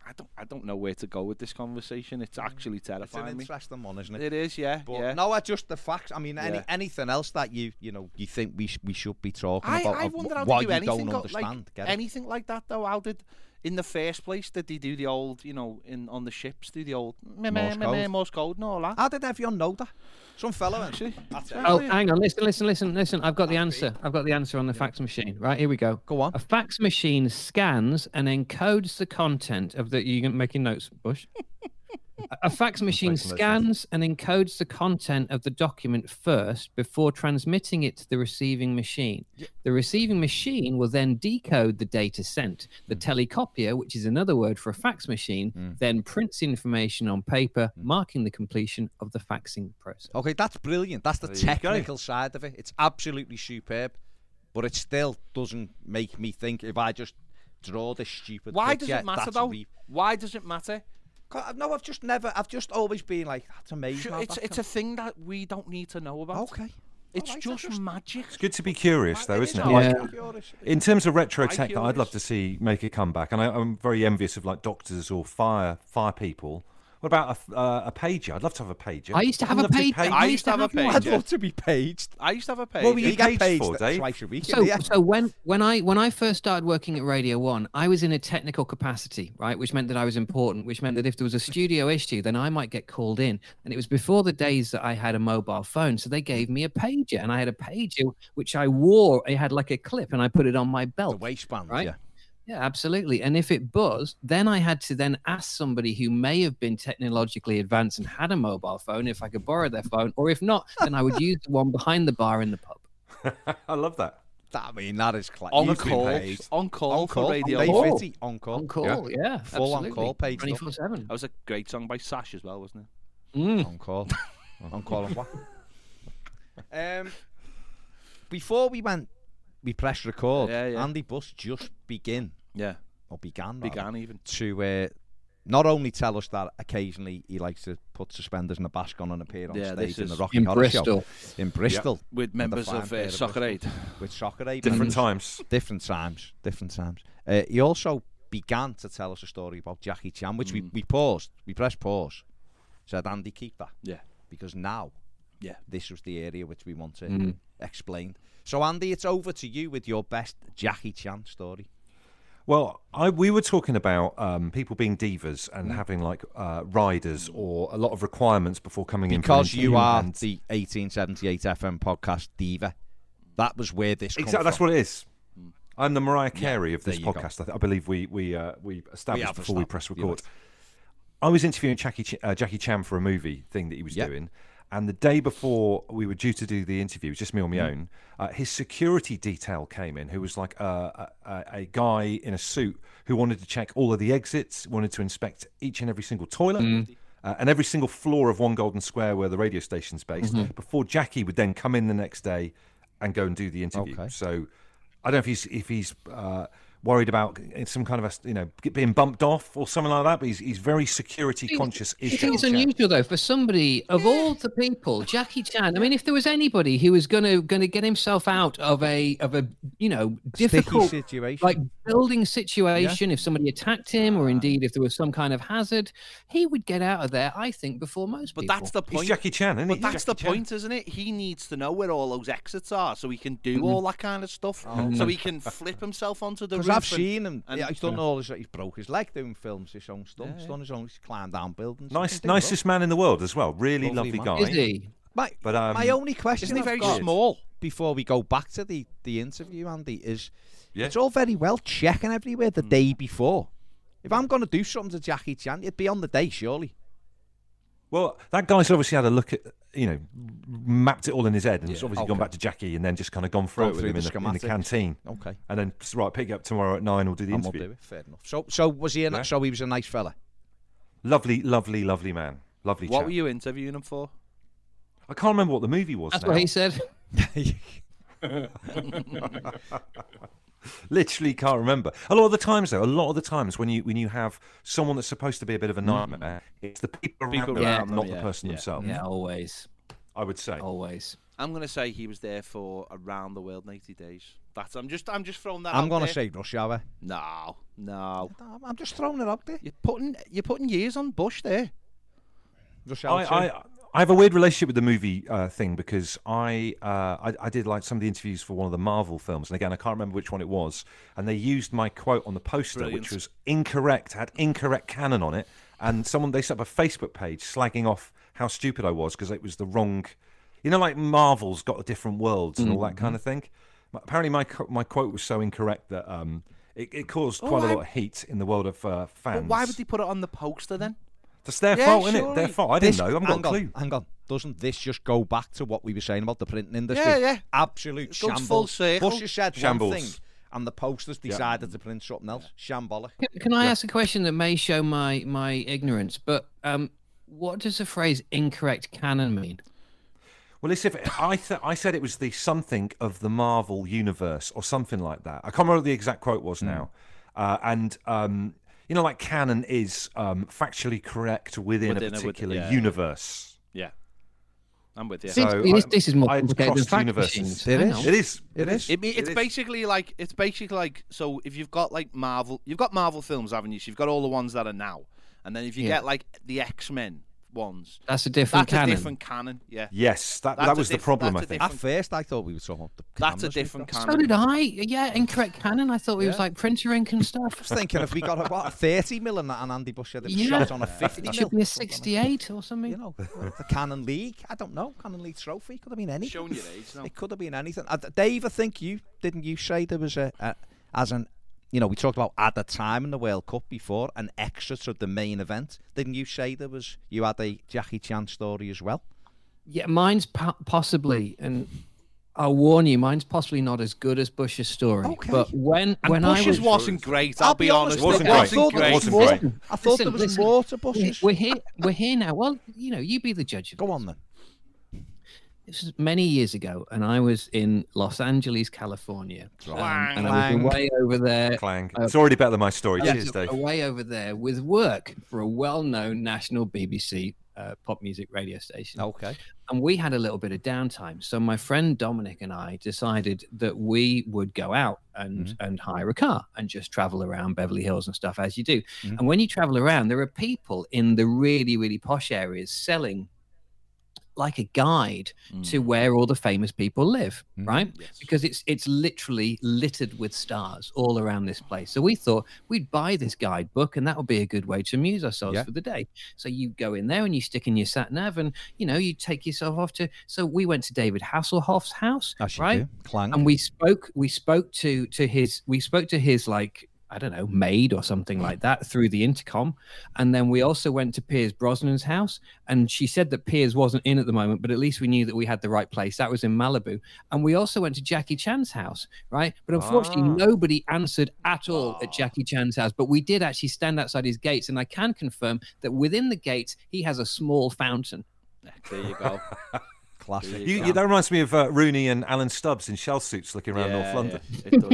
I don't, I don't know where to go with this conversation. It's actually It's an terrifying me. interesting one, isn't it? It is, yeah, But yeah. no, I just the facts. I mean, any, Yeah. anything else that you you know you think we sh- we should be talking I, about? I of wonder wh- how why they do you anything, don't go- understand. like, get it? anything like that though. How did in the first place did they do the old, you know, in on the ships do the old meh, meh, Morse meh, meh, code. Morse code and all that? How did everyone know that? Some fellow actually. That's it. Oh, hang on. Listen, listen, listen, listen. I've got the answer. I've got the answer on the fax machine. Right, here we go. Go on. A fax machine scans and encodes the content of the. You're making notes, Bush. A- A fax machine scans and encodes the content of the document first before transmitting it to the receiving machine. The receiving machine will then decode the data sent. The Hmm. telecopier, which is another word for a fax machine, then prints information on paper, Hmm. marking the completion of the faxing process. Okay, that's brilliant. That's the technical side of it. It's absolutely superb, but it still doesn't make me think if I just draw this stupid. Why does picture, it matter that's though? re- Why does it matter? 'Cause I've- no, I've just never. I've just always been like that's amazing. Sure, how it's that it's a can-" thing that we don't need to know about. okay. It's Alright, I just, just- magic. It's good to be curious, though, isn't it? I'm Like, curious. in terms of retro tech that I'd curious. love to see make a comeback, and I, I'm very envious of like doctors or fire fire people. What about a, uh, a pager? I'd love to have a pager. I used to have a Wouldn't that be page. I used to have a one. page. I'd love to be paged. I used to have a page. What were you You get paged paged for, Dave? twice a week. So, yeah. so when when I when I first started working at Radio One, I was in a technical capacity, right, which meant that I was important, which meant that if there was a studio issue, then I might get called in. And it was before the days that I had a mobile phone, so they gave me a pager, and I had a pager which I wore. It had like a clip, and I put it on my the belt. waistband, right? yeah. Yeah, absolutely. And if it buzzed, then I had to then ask somebody who may have been technologically advanced and had a mobile phone if I could borrow their phone, or if not, then I would use the one behind the bar in the pub. I love that. That, I mean, that is class. on You've been call, paged. on call, On for call, radio. on One. day 50, on call. On call, yeah, Full on call paid stuff. 24 7. That was a great song by Sash as well, wasn't it? Mm. On call. on call on what? Um, before we went, we pressed record. Yeah, yeah. Andy Bus just begin Yeah, or began rather, began even. to uh, not only tell us that occasionally he likes to put suspenders and a basque on and appear on Yeah, stage this in the is- Rocky In Horror Bristol. Show in Bristol With members fine of pair uh, of Soccer Aid. with Soccer Aid Different members. times. different times, different times. Uh, he also began to tell us a story about Jackie Chan, which Mm. we, we paused, we pressed pause, said Andy keep that Yeah, because now yeah. this was the area which we want to explain. So Andy, it's over to you with your best Jackie Chan story. Well, I, we were talking about um, people being divas and having like uh, riders or a lot of requirements before coming in. for an Because you interview are and- the 1878 FM podcast diva. That was where this come Exactly, that's from. what it is. I'm the Mariah Carey of this there you go. podcast. I, th- I believe we we uh, we established have before we established, press you're record. I was interviewing Jackie, Ch- uh, Jackie Chan for a movie thing that he was Yep. doing. And the day before we were due to do the interview, it was just me on Mm-hmm. my own, uh, his security detail came in who was like a, a, a guy in a suit who wanted to check all of the exits, wanted to inspect each and every single toilet. Mm-hmm. Uh, and every single floor of One Golden Square, where the radio station's based, Mm-hmm. before Jackie would then come in the next day and go and do the interview. So I don't know if he's if he's uh, worried about some kind of a, you know get- being bumped off or something like that. But he's, he's very security conscious. Is It is Jackie Chan. unusual though for somebody of all the people, Jackie Chan. I mean, if there was anybody who was gonna gonna get himself out of a of a you know difficult Sticky situation. like building situation, if somebody attacked him or indeed if there was some kind of hazard, he would get out of there. I think before most But people. that's the point. He's Jackie Chan, isn't But he? that's the Jackie Chan. point, isn't it? He needs to know where all those exits are so he can do all that kind of stuff. so he can flip himself onto the roof. Because I've and- seen him. and- yeah, he's done all his. He's broke his leg doing films, his own stunts. He's done his own. He's climbed down buildings. Nice, He's done nicest man in the world as well. Really Lovely lovely, man. is guy. he? My, But, my um, only question Isn't he I've very got small? before we go back to the, the interview, Andy, is Yeah. it's all very well checking everywhere the day before. If I'm going to do something to Jackie Chan, it'd be on the day, surely. Well, that guy's obviously had a look at you know mapped it all in his head, and he's obviously gone okay. back to Jackie, and then just kind of gone through Gone it with through him the in the, in the schematics. canteen. Okay. And then right, pick you up tomorrow at nine. We'll do the And we'll interview. do it. Fair enough. So, so was he? A, Yeah. So he was a nice fella. Lovely, lovely, lovely man. Lovely. What chap. were you interviewing him for? I can't remember what the movie was. That's now. what he said. Literally can't remember. A lot of the times, though, a lot of the times when you when you have someone that's supposed to be a bit of a nightmare, it's the people around, Mm. People them, around them, not yeah, the person yeah, themselves. Yeah, always, I would say. always. I'm gonna say he was there for around the world in 80 days. That's I'm just I'm just throwing that. I'm out going to there. say rush hour. no, no. I'm- I'm just throwing it out there. You're putting you're putting years on Bush there. Rush I, hour. two. I I have a weird relationship with the movie uh, thing because I, uh, I I did like some of the interviews for one of the Marvel films, and again I can't remember which one it was, and they used my quote on the poster, Brilliant. which was incorrect, had incorrect canon on it, and someone they set up a Facebook page slagging off how stupid I was because it was the wrong, you know, like Marvel's got the different worlds and all that kind of thing. Mm-hmm. But Apparently my co- my quote was so incorrect that um it, it caused quite a why- lot of heat in the world of uh, fans. Oh, But why would they put it on the poster then? It's their Yeah, fault, isn't it? surely. Their fault. I didn't This- know. I haven't hang got a clue. On, hang on. Doesn't this just go back to what we were saying about the printing industry? Yeah, yeah. Absolute It goes shambles. full circle. Bush has said Shambles. one thing, and the posters decided to print something else. Shambolic. Can, can I ask a question that may show my my ignorance? But um, what does the phrase "incorrect canon" mean? Well, it's if I th- I said it was the something of the Marvel universe or something like that. I can't remember what the exact quote was Hmm. now. Uh, and um, you know, like canon is um, factually correct within, Within a- a with- particular yeah. universe. Yeah, I'm with you. This, So, this, I- this is more I had complicated than crossed fact universes. machines. It I is. know. It is. It is. It, me- it's is. basically like it's basically like so if you've got like Marvel, you've got Marvel films, haven't you? So you've got all the ones that are now, and then if you Yeah. get like the X Men ones, That's a different that's canon. a different canon. Yeah, Yes, that That's a that was the diff- problem. that's I a think. At first, I thought we were talking about the that's a cameras we've different got. canon. So did I. Yeah, incorrect canon. I thought it was like printer ink and stuff. I was thinking if we got a, what, a 30 mil and that, and Andy Bush said it was Yeah. shot on a 50 It mil. should be a 68 or something. You know, the Canon League. I don't know. Canon League trophy. Could have been anything. Showing your age now. It could have been anything. Uh, Dave, I think you didn't you say there was a, a as an you know we talked about at the time in the World Cup before an extra to the main event. Didn't you say there was you had a Jackie Chan story as well? Yeah, mine's po- possibly, and I'll warn you, mine's possibly not as good as Bush's story. Okay. But when when I was, Bush's wasn't great. I'll, be honest, wasn't it great. It wasn't wasn't great. I thought great. there was, more- I thought Listen, there was listen. more to we- buses. we're here, we're here now. Well, you know, you be the judge of it. Go on then. This was many years ago, and I was in Los Angeles, California, um, and I Clang. was away over there. Clang. it's already better than my story. I Cheers, was Dave. away over there with work for a well-known national BBC uh, pop music radio station. Okay. and we had a little bit of downtime so my friend dominic and i decided that we would go out and and hire a car and just travel around beverly hills and stuff as you do and when you travel around there are people in the really really posh areas selling like a guide Mm. to where all the famous people live right because it's it's literally littered with stars all around this place so we thought we'd buy this guidebook and that would be a good way to amuse ourselves Yeah. for the day so you go in there and you stick in your sat nav and you know you take yourself off to so we went to david hasselhoff's house As you right do. Clang. and we spoke we spoke to to his we spoke to his like I don't know, maid or something like that through the intercom. And then we also went to Piers Brosnan's house. And she said that Piers wasn't in at the moment, but at least we knew that we had the right place. That was in Malibu. And we also went to Jackie Chan's house, right? But unfortunately, nobody answered at all at Jackie Chan's house. But we did actually stand outside his gates. And I can confirm that within the gates, he has a small fountain. There you go. Classic. You, you, that reminds me of uh, Rooney and Alan Stubbs in shell suits looking around North London.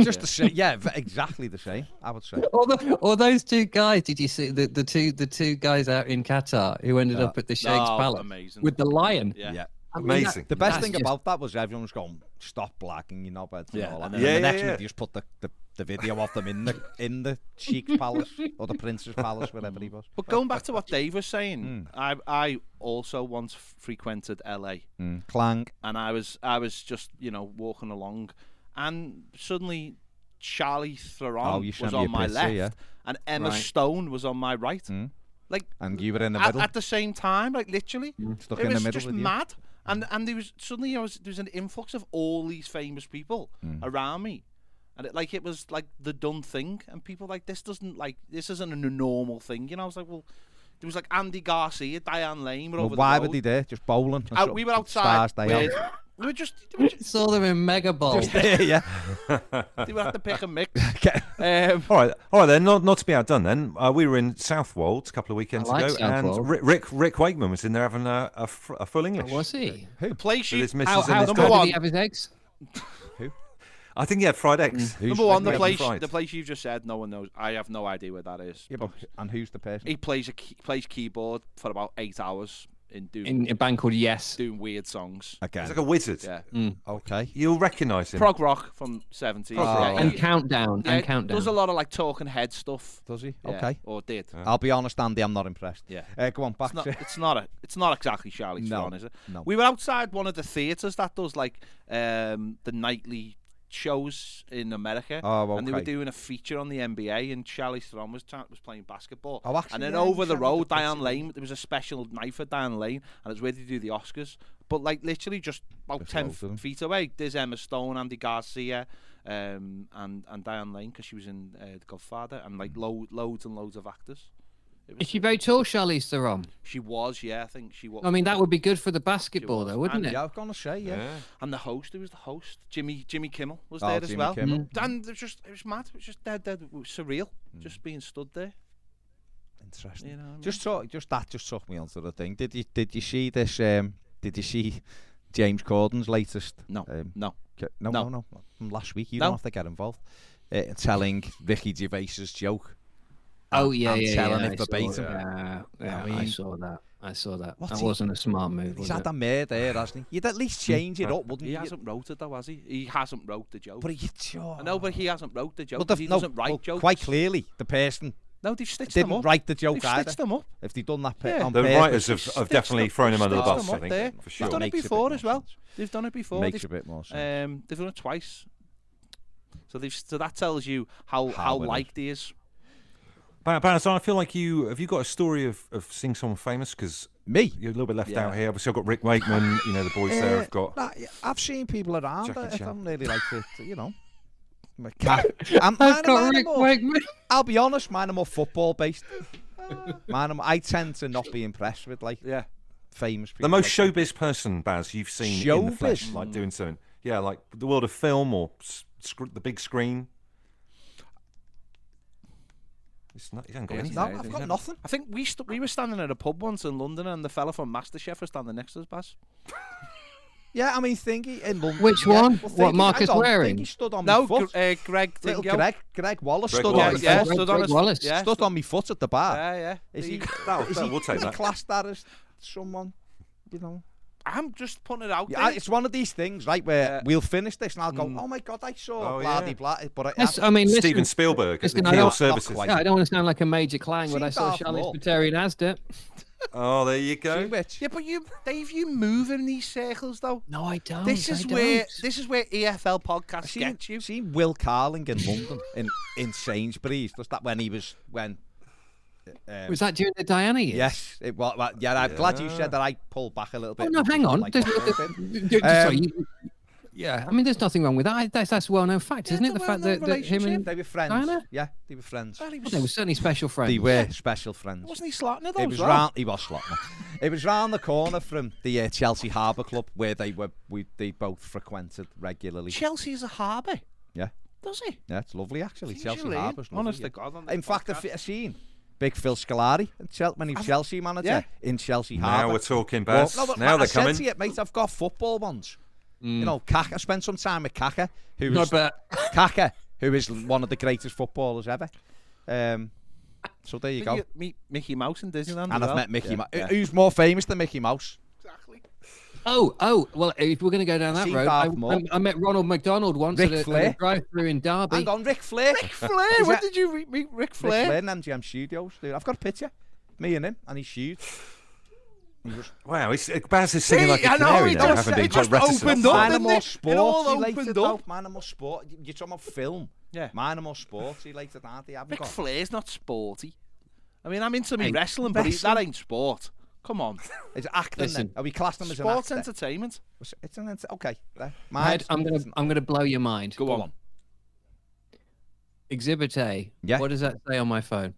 Just the same. Yeah, v- exactly the same. I would say. Or, the, or those two guys. Did you see the, the two the two guys out in Qatar who ended up at the Sheikh's Oh, palace amazing. with the lion? Yeah. Yeah. I mean, Amazing. The best That's thing just- about that was everyone was going stop blacking, you know, but Yeah, all that. And and then- the Yeah, next yeah, minute yeah. you just put the, the, the video of them in the in the Sheikh's palace or the prince's palace, wherever he was. But going back to what Dave was saying, I I also once frequented LA, Mm. Clang. and I was I was just you know walking along, and suddenly Charlie Oh, Theron you was sent me on a my picture, left, yeah. and Emma Right. Stone was on my right, like And you were in the at, middle. Mm, at the same time, like literally. Stuck it in the was middle just with you. mad, and and there was suddenly I was there was an influx of all these famous people Mm. around me, and it, like it was like the done thing, and people like this doesn't like this isn't a normal thing, you know. I was like, well, there was like Andy Garcia, Diane Lane, were Well, over why the road. were they there? Just bowling. Out- we were outside. Stars with- they are. we were just, we were just saw them in Mega Bowl. yeah. they were at the pick and mix. Okay. Um, All right, all right then. Not not to be outdone then. Uh, we were in Southwold a couple of weekends I like ago, Southwold. and Rick, Rick Rick Wakeman was in there having a, a, fr- a full English. Was he? the place With you his missus How, and how his number number dog. one. did he have his eggs? I think he had fried eggs. Who's number one, the Rick place Wakeman? the place you've just said, no one knows. I have no idea where that is. Yeah, but, and who's the person? He plays a key, plays keyboard for about eight hours in doing In a band called Yes. doing weird songs. Again. He's like a wizard. Yeah. Okay. You'll recognise him. prog rock from 70s. Yeah, Oh, And he- Countdown. yeah, and Countdown. Does a lot of like talking head stuff. Does he? Yeah, Okay. Or did. I'll be honest, Andy. I'm not impressed. Yeah. Uh, go on back It's not, to. it's not a, it's not exactly Charlie's No, Throne, is it? no. We were outside one of the theatres that does like um, the nightly shows in America, Oh, and they were okay. doing a feature on the NBA, and Charlie Theron was tra- was playing basketball. Oh, actually, and then yeah, you over showed me the the road, picture. Diane Lane, there was a special night for Diane Lane, and it's where they do the Oscars. But like literally just about ten loads of them. feet away, there's Emma Stone, Andy Garcia, um, and and Diane Lane because she was in uh, The Godfather, and Mm. like lo- loads and loads of actors. It Is was, she very tall, Charlize Theron? she was, yeah, I think she was. I mean, that would be good for the basketball, though, wouldn't it? Yeah, I was gonna say yeah. and the host, who was the host, Jimmy Jimmy Kimmel was Oh, there as Jimmy well. Kimmel. And it was just it was mad. It was just dead, dead it was surreal. Mm. Just being stood there. Interesting. You know what I mean? Just talk, just that just took me onto the thing. Did you did you see this? Um, did you see James Corden's latest? No, Um, no. ca- no, No. no, no, From last week, you No. don't have to get involved. Uh, telling Ricky Gervais's joke. Oh yeah, I'm yeah, telling yeah, it I saw verbatim. that. Yeah, I I, mean- saw that. I saw that. What's that he- wasn't a smart move. He's Was had it? a mare there, hasn't he? You'd at least change it up, wouldn't He you? hasn't wrote it though, has he? He hasn't wrote the joke. But he, sure. I know, but he hasn't wrote the joke. Well, the- 'cause he no, doesn't write well, jokes. nou, oh, Quite clearly, the person No, they've stitched them didn't up. write the joke They've either. stitched them up. If they'd done that pe- Yeah. on The purpose, writers have, Stitched have definitely them- thrown him under the stitched bus. them I up think there. for They've sure. done it Makes a bit before more as well. sense. They've done it before. makes They've- a bit more sense. Um, they've done it twice. So they've so that tells you how how, it is. liked he is. Ba- Baz, I feel like you have you got a story of, of seeing someone famous because Me? you're a little bit left Yeah. Eh, out here. Obviously, I've got Rick Wakeman. You know the boys there have got. Nah, Eh, yeah, I've seen people around. Jackie I, I Chan. don't really like it, you know. My cat. I'm, mine are- I've got mine are Rick more- Wakeman. I'll be honest, mine are more football based. mine, are, I tend to not be impressed with like Yeah. famous people. The most like, showbiz person, Baz, you've seen in the flesh, Showbiz? like doing something. Yeah, like the world of film or s- sc- the big screen. It's not. You haven't got Yeah, anything. No, have I've you? got nothing. I think we st- we were standing at a pub once in London, and the fella from MasterChef was standing next to us, Baz. Yeah, I mean, Thingy in London. Which yeah. one? Well, What Thingy- Marcus hang on, wearing? Thingy stood on No, my Gr- foot. uh, Greg Little Dingo. Greg, Greg Wallace Greg stood, Yeah, On, Wallace. yeah, yeah, Greg- stood on Greg his, Wallace. Yeah, stood on my foot at the bar. Yeah, yeah. Is he? That'll- is that- he, we'll take is he that. classed that as someone? You know. I'm just putting it out Yeah, I- there. it's one of these things, right? Where Yeah. Mm. we'll finish this and I'll go, "Oh my god, I saw Oh, blah yeah. de blah," but I, Yes, I, I mean, listen, Steven Spielberg at listen, the I don't- Keel not Services. quite. yeah, I don't want to sound like a major clang when I Seems saw half Charlize law. Theron as it. Oh, there you go. see which. Yeah, but you, Dave, you move in these circles though. No, I don't. this I is where don't. this is where EFL podcasts Seen, get you. seen Will Carling in London in in Sainsbury's. Just that when he was when. Um, was that during the Diana years? yes, it was. well, yeah, I'm glad you said that. I pulled back a little Oh bit. no, hang on. Like, There's- okay. there's- there's- sorry, Um, you- Yeah. I mean, there's nothing wrong with that. That's, that's a well-known fact, isn't Yeah, they it? The were fact in a that, that him relationship. and they were friends. Diana? Yeah, they were friends. Well, he well, they were was, certainly special friends. They were special friends. wasn't he slotting it though? It as was well? round. He was slotting. it was round the corner from the uh, Chelsea Harbour Club where they were. We they both frequented regularly. Chelsea's a harbour, yeah, does he? yeah, it's lovely actually. Seems Chelsea you lean. Harbour's lovely. Honest to yeah. God, on the in fact, I've podcast. fi- seen Big Phil Scolari, and Chel- when he was Chelsea manager yeah. in Chelsea Nou, Now Harbour. we're talking, Well, Baz. no, but Now Matt, I they're said coming. to you, mate, I've got football ones. You know, Kaka. I spent some time with Kaka, who No, was but Kaka, who is one of the greatest footballers ever. Um, so there you Didn't go. you meet Mickey Mouse in Disneyland. as and I've well? met Mickey. Yeah, Mouse. yeah. Who's more famous than Mickey Mouse? oh, oh, well, if we're going to go down that Seen road, I, Darth Maul. I- I met Ronald McDonald once Ric at a, Flair. drive-through in Derby. Hang on, Ric Flair. Ric Flair. Flair, Is when that- did you re- meet Ric Flair. Flair? in MGM Studios. Dude, I've got a picture. Me and him, and he's huge. Wow, he's, uh, Baz is singing See, like a I know, canary he now, just- having he been just quite reticent. opened up. Mine are didn't more it? It all sports related, opened though. up. Mine are more sport. y- You're talking about film. Yeah. Mine are more sports related, aren't they? I haven't Ric got- Flair's not sporty. I mean, I'm into me Hey, wrestling, but he- that ain't sport. Come on, It's acting Listen. then. Are we classed them as an sports actor? entertainment. Was- It's an enter- okay. There. Mine. Ed, I'm gonna I'm gonna blow your mind. Go on. Exhibit A. Yeah. What does that say on my phone?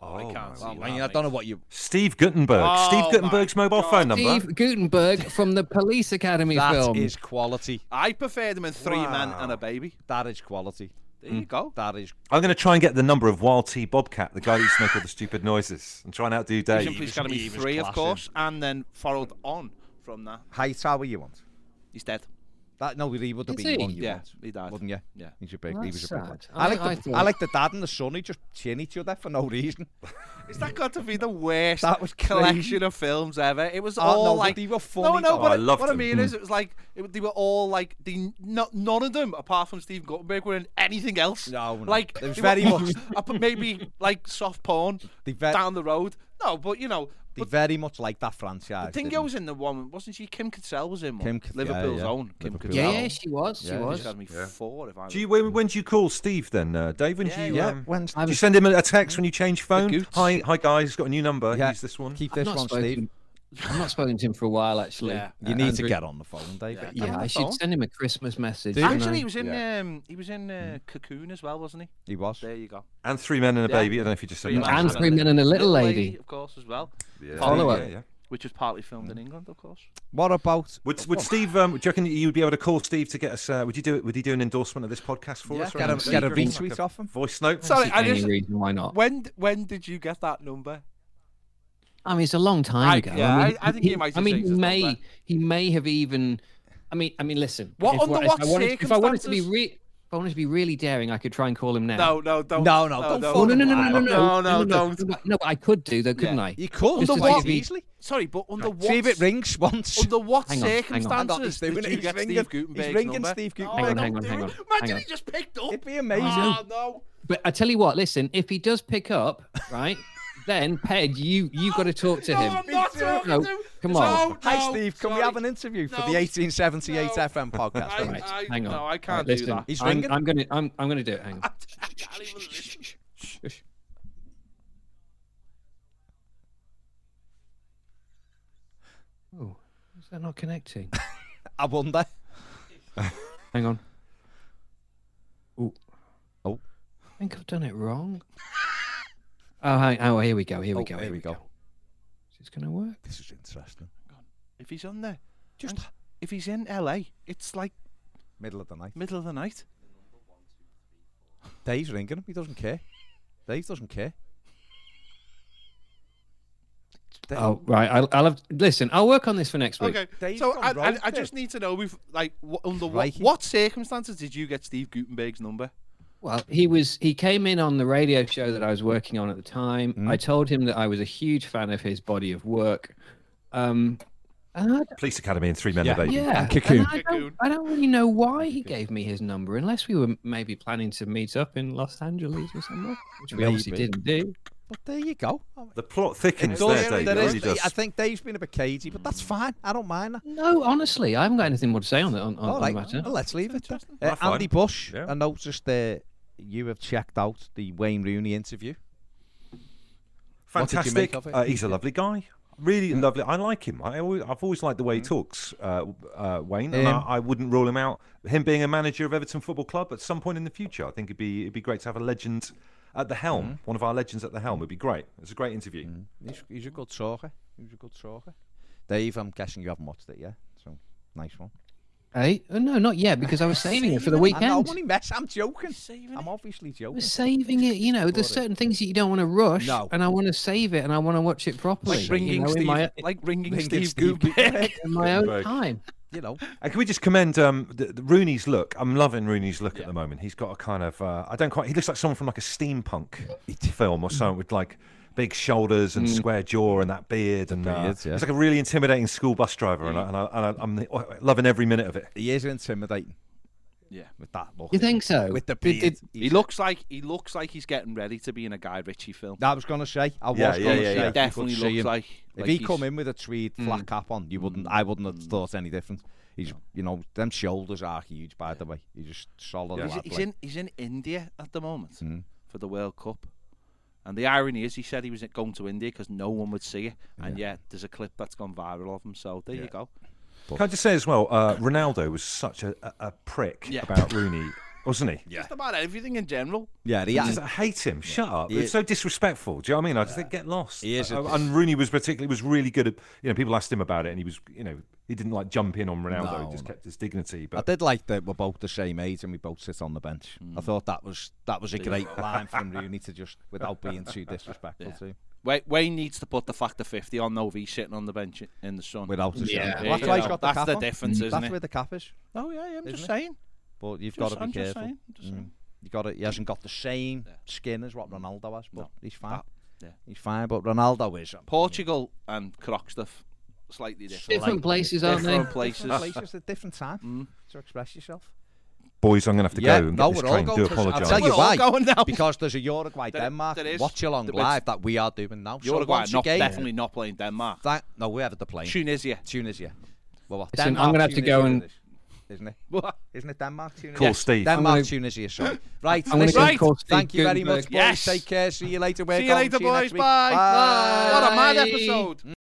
Oh, I can't see I that, mean, I mate. don't know what you. Steve Guttenberg. Oh, Steve my Guttenberg's mobile God. phone number. Steve Gutenberg from the Police Academy That is film. quality. I preferred him in Three Men and a Baby. That is quality. There you go. Mm. That is. I'm going to try and get the number of Wild T Bobcat, the guy that used to make all the stupid noises, and try and outdo Dave. Vision Police Academy he was three, of classing. course, and then followed on from that. Height tower you want. He's dead. That no, he would have Is been the one he? you Yeah, want. he died. wouldn't you? Yeah. he's a big. he That's was a big one. sad. I, I- like the I I, thought- like the dad and the son who just chin each other for no reason. Is that got to be the worst That was collection crazy. of films ever? It was Oh, all no, but like they were No, funny, Oh, no, though. but I it- loved what them. I mean Mm. is, it was like it, they were all like the no, none of them apart from Steve Guttenberg were in anything else. No, no. like It was they very were, much- up at maybe like soft porn They ve- down the road. No, but you know, They but very much like that franchise. Dingo didn't was in the one, wasn't she? Kim Cassell was in one. Kim Cassell, yeah, Liverpool's yeah. own Kim Liverpool. yeah, Cassell. yeah, she was. She Yeah, She was. just had me four if I. Do you, when, when do you call Steve then, uh, Dave? When Yeah, do you, Yeah, um, when do you send him a a text when you change phone? goots. Hi, hi guys, got a new number. yeah, Use this one. Keep I've this not one, spoken- Steve. I've not spoken to him for a while, actually. Yeah. You Uh, need to Andrew- get on the phone, Dave. Yeah. Yeah, on I the should phone. send him a Christmas message. Do shouldn't Actually, I? he was in um, he was in uh, Mm. Cocoon as well, wasn't he? He was. There you go. And three men and a Yeah. baby. I don't know if you just said Three that. Men and Three Men and a Little Lady. of course, as well, Yeah, Follow up. yeah, yeah. which was partly filmed Mm. in England, of course. What about? Would, would Steve? Um, do you reckon you would be able to call Steve to get us? Uh, would you do it? Would he do an endorsement of this podcast for us? or get a, anything? get a Like retweet off him. Voice note. Sorry, I any just reason why Oh. not? when when did you get that number? I mean, it's a long time I- ago. yeah, I, mean, I- I think he might I have mean, changed he his may number. he may have even. I mean, I mean, listen. What- if, under wa- if what I wanted, if I wanted to be circumstances? re- if I wanted to be really daring, I could try and call him now. No, no, don't. No, no, don't Oh, phone no, no, no, Why? no, no, no, No, no, don't. No, but- no, but I could do though, couldn't Yeah. I? You could Under quite what- easily. Sorry, but under what? See if it rings once. Under what Hang on, hang on. Hang on, circumstances he's doing did it. you He's get ringing- Steve he's Gutenberg's ringing number? Steve No, Gutenberg. Hang on, don't hang on, do hang it. on, Imagine hang he on. just picked up. It'd be amazing. Oh, no. But I tell you what, listen. If he does pick up, right, then Ped, you you've got to talk to No, him. I'm not talking No, to- come No, on. no, uh, Hi, Steve. Can we Oh, sorry. have an interview for No. the 1878 No. FM podcast? I- All right. Right, I- hang on. no, I Right, can't do listen, that. He's I'm, ringing. I'm gonna I'm I'm gonna do it. Hang on. I can't even listen. Oh, is that not connecting? I wonder. Hang on. Oh. Oh. I think I've done it wrong. oh, hang, oh, here we go. Here we Oh, go. here we go. Is this going to work? This is interesting. If he's on there, Just Hang- if he's in LA, it's like middle of the night. middle of the night. Dave's ringing him. He doesn't care. Dave doesn't care. Dave, Oh, right. I'll, I'll have. Listen, I'll work on this for next week. Okay, Dave's so gone I, I, rogue I there. just need to know, we've, like, wh- under what, Crikey. what circumstances did you get Steve Gutenberg's number? Well, he was. He came in on the radio show that I was working on at the time. Mm-hmm. I told him that I was a huge fan of his body of work. Um, and I Police Academy and three men and a baby. Yeah, Cocoon. I, don't, Cocoon. I don't really know why he gave me his number, unless we were maybe planning to meet up in Los Angeles or somewhere, which we obviously Maybe. didn't do. But there you go. The plot thickens It does, there, Dave. there it is- really does. I think Dave's been a bit cagey, but Mm. that's fine. I don't mind that. No, honestly, I haven't got anything more to say on the on, on, All on right, the matter. well, let's leave it. then. Well, Uh, fine. Andy Bush, Yeah. I noticed uh, you have checked out the Wayne Rooney interview. What did you Fantastic. make of it? Uh, he's a lovely guy. Really lovely. I like him. I always, I've always liked the Mm. way he talks, uh, uh, Wayne. And I, I wouldn't rule him out. Him being a manager of Everton Football Club at some point in the future, I think it'd be it'd be great to have a legend at the helm. Mm. One of our legends at the helm would be great. It's a great interview. He's, he's a good talker. He's a good talker. Dave, I'm guessing you haven't watched it yet. So, nice one. Hey, oh, no, not yet, because I was saving it for the I know, I'm weekend. only mess. I'm joking. I'm obviously I joking. was saving it. You know, there's certain things that you don't want to rush, No. and I want to save it, and I want to watch it properly. Like you ringing know, in Steve, my, like ringing Ringing Steve, Steve Gutenberg. in my own Gutenberg. time. You know, And can we just commend um, the, the Rooney's look? I'm loving Rooney's look at the moment. He's got a kind of uh, I don't quite. He looks like someone from like a steampunk film or something with like big shoulders and square jaw and that beard and uh, beard, yeah. he's like a really intimidating school bus driver. And, I, and, I, and I, I'm the- oh, loving every minute of it. he is intimidating Yeah. with that look. You think so? With the Did- beard. did- He looks like he looks like he's getting ready to be in a Guy Ritchie film. I was gonna say. I was Yeah, yeah, gonna say. yeah, yeah. you He could definitely see looks him. like If like he he's- Hmm. come in with a tweed flat cap on, you wouldn't. I wouldn't have thought any different. He's, you know, them shoulders are huge. By the way, he's just solid. He's, lad, he's like. in he's in India at the moment Hmm. for the World Cup. And the irony is, he said he was going to India because no one would see it, and yet there's a clip that's gone viral of him. So there you go. Can I just say as well, uh, Ronaldo was such a, a, a prick Yeah. about Rooney, wasn't he? Yeah. Just about everything in general. Yeah, he I has. just I hate him. Shut up! He- It's so disrespectful. Do you know what I mean? I just think get lost. He is a Uh, and Rooney was particularly was really good at. You know, people asked him about it, and he was. You know, he didn't like jump in on Ronaldo. No, he just no. kept his dignity. I But did like that we're both the same age and we both sit on the bench. Hmm. I thought that was that was a great line from Rooney to just without being too disrespectful to him, Wayne, Wayne needs to put the factor 50 on though if he's sitting on the bench i- in the sun. without a shame. Yeah. Well, that's why he's got the That's cap the on. difference, isn't That's it? where the cap is. oh, yeah, yeah, I'm Isn't just it? saying. But you've Just- got to be I'm just careful. Hmm. saying, just saying. Hmm. You got it. He hasn't got the same skin as what Ronaldo has, but he's fine. yeah. He's fine, but Ronaldo is. Portugal and Croxteth, slightly different. Different places, aren't they? different places. places at different time to express yourself. boys, I'm gonna have to yeah, go and no, get we're this all train. going. Do 'cause I'll apologise. tell you We're all why. going now. Because there's a Uruguay Oh. There- Denmark there is. watch along There is. live that we are doing now. So Uruguay once not, again, definitely not playing Denmark. That, no, we have the plane. Tunisia. Tunisia. Well, what, Listen, Denmark, I'm gonna have to Tunisia go it and- is, isn't it? What? Isn't it Denmark? Tunisia. Call Yes. Steve. I'm Denmark, gonna- Tunisia. Sorry. Right. I'm gonna listen, go and call Steve Thank you very much, boys. Gutenberg. Yes. Take care. See you later. We're See you gone. later, See you next boys. week. Bye. Bye. What a mad Bye. episode.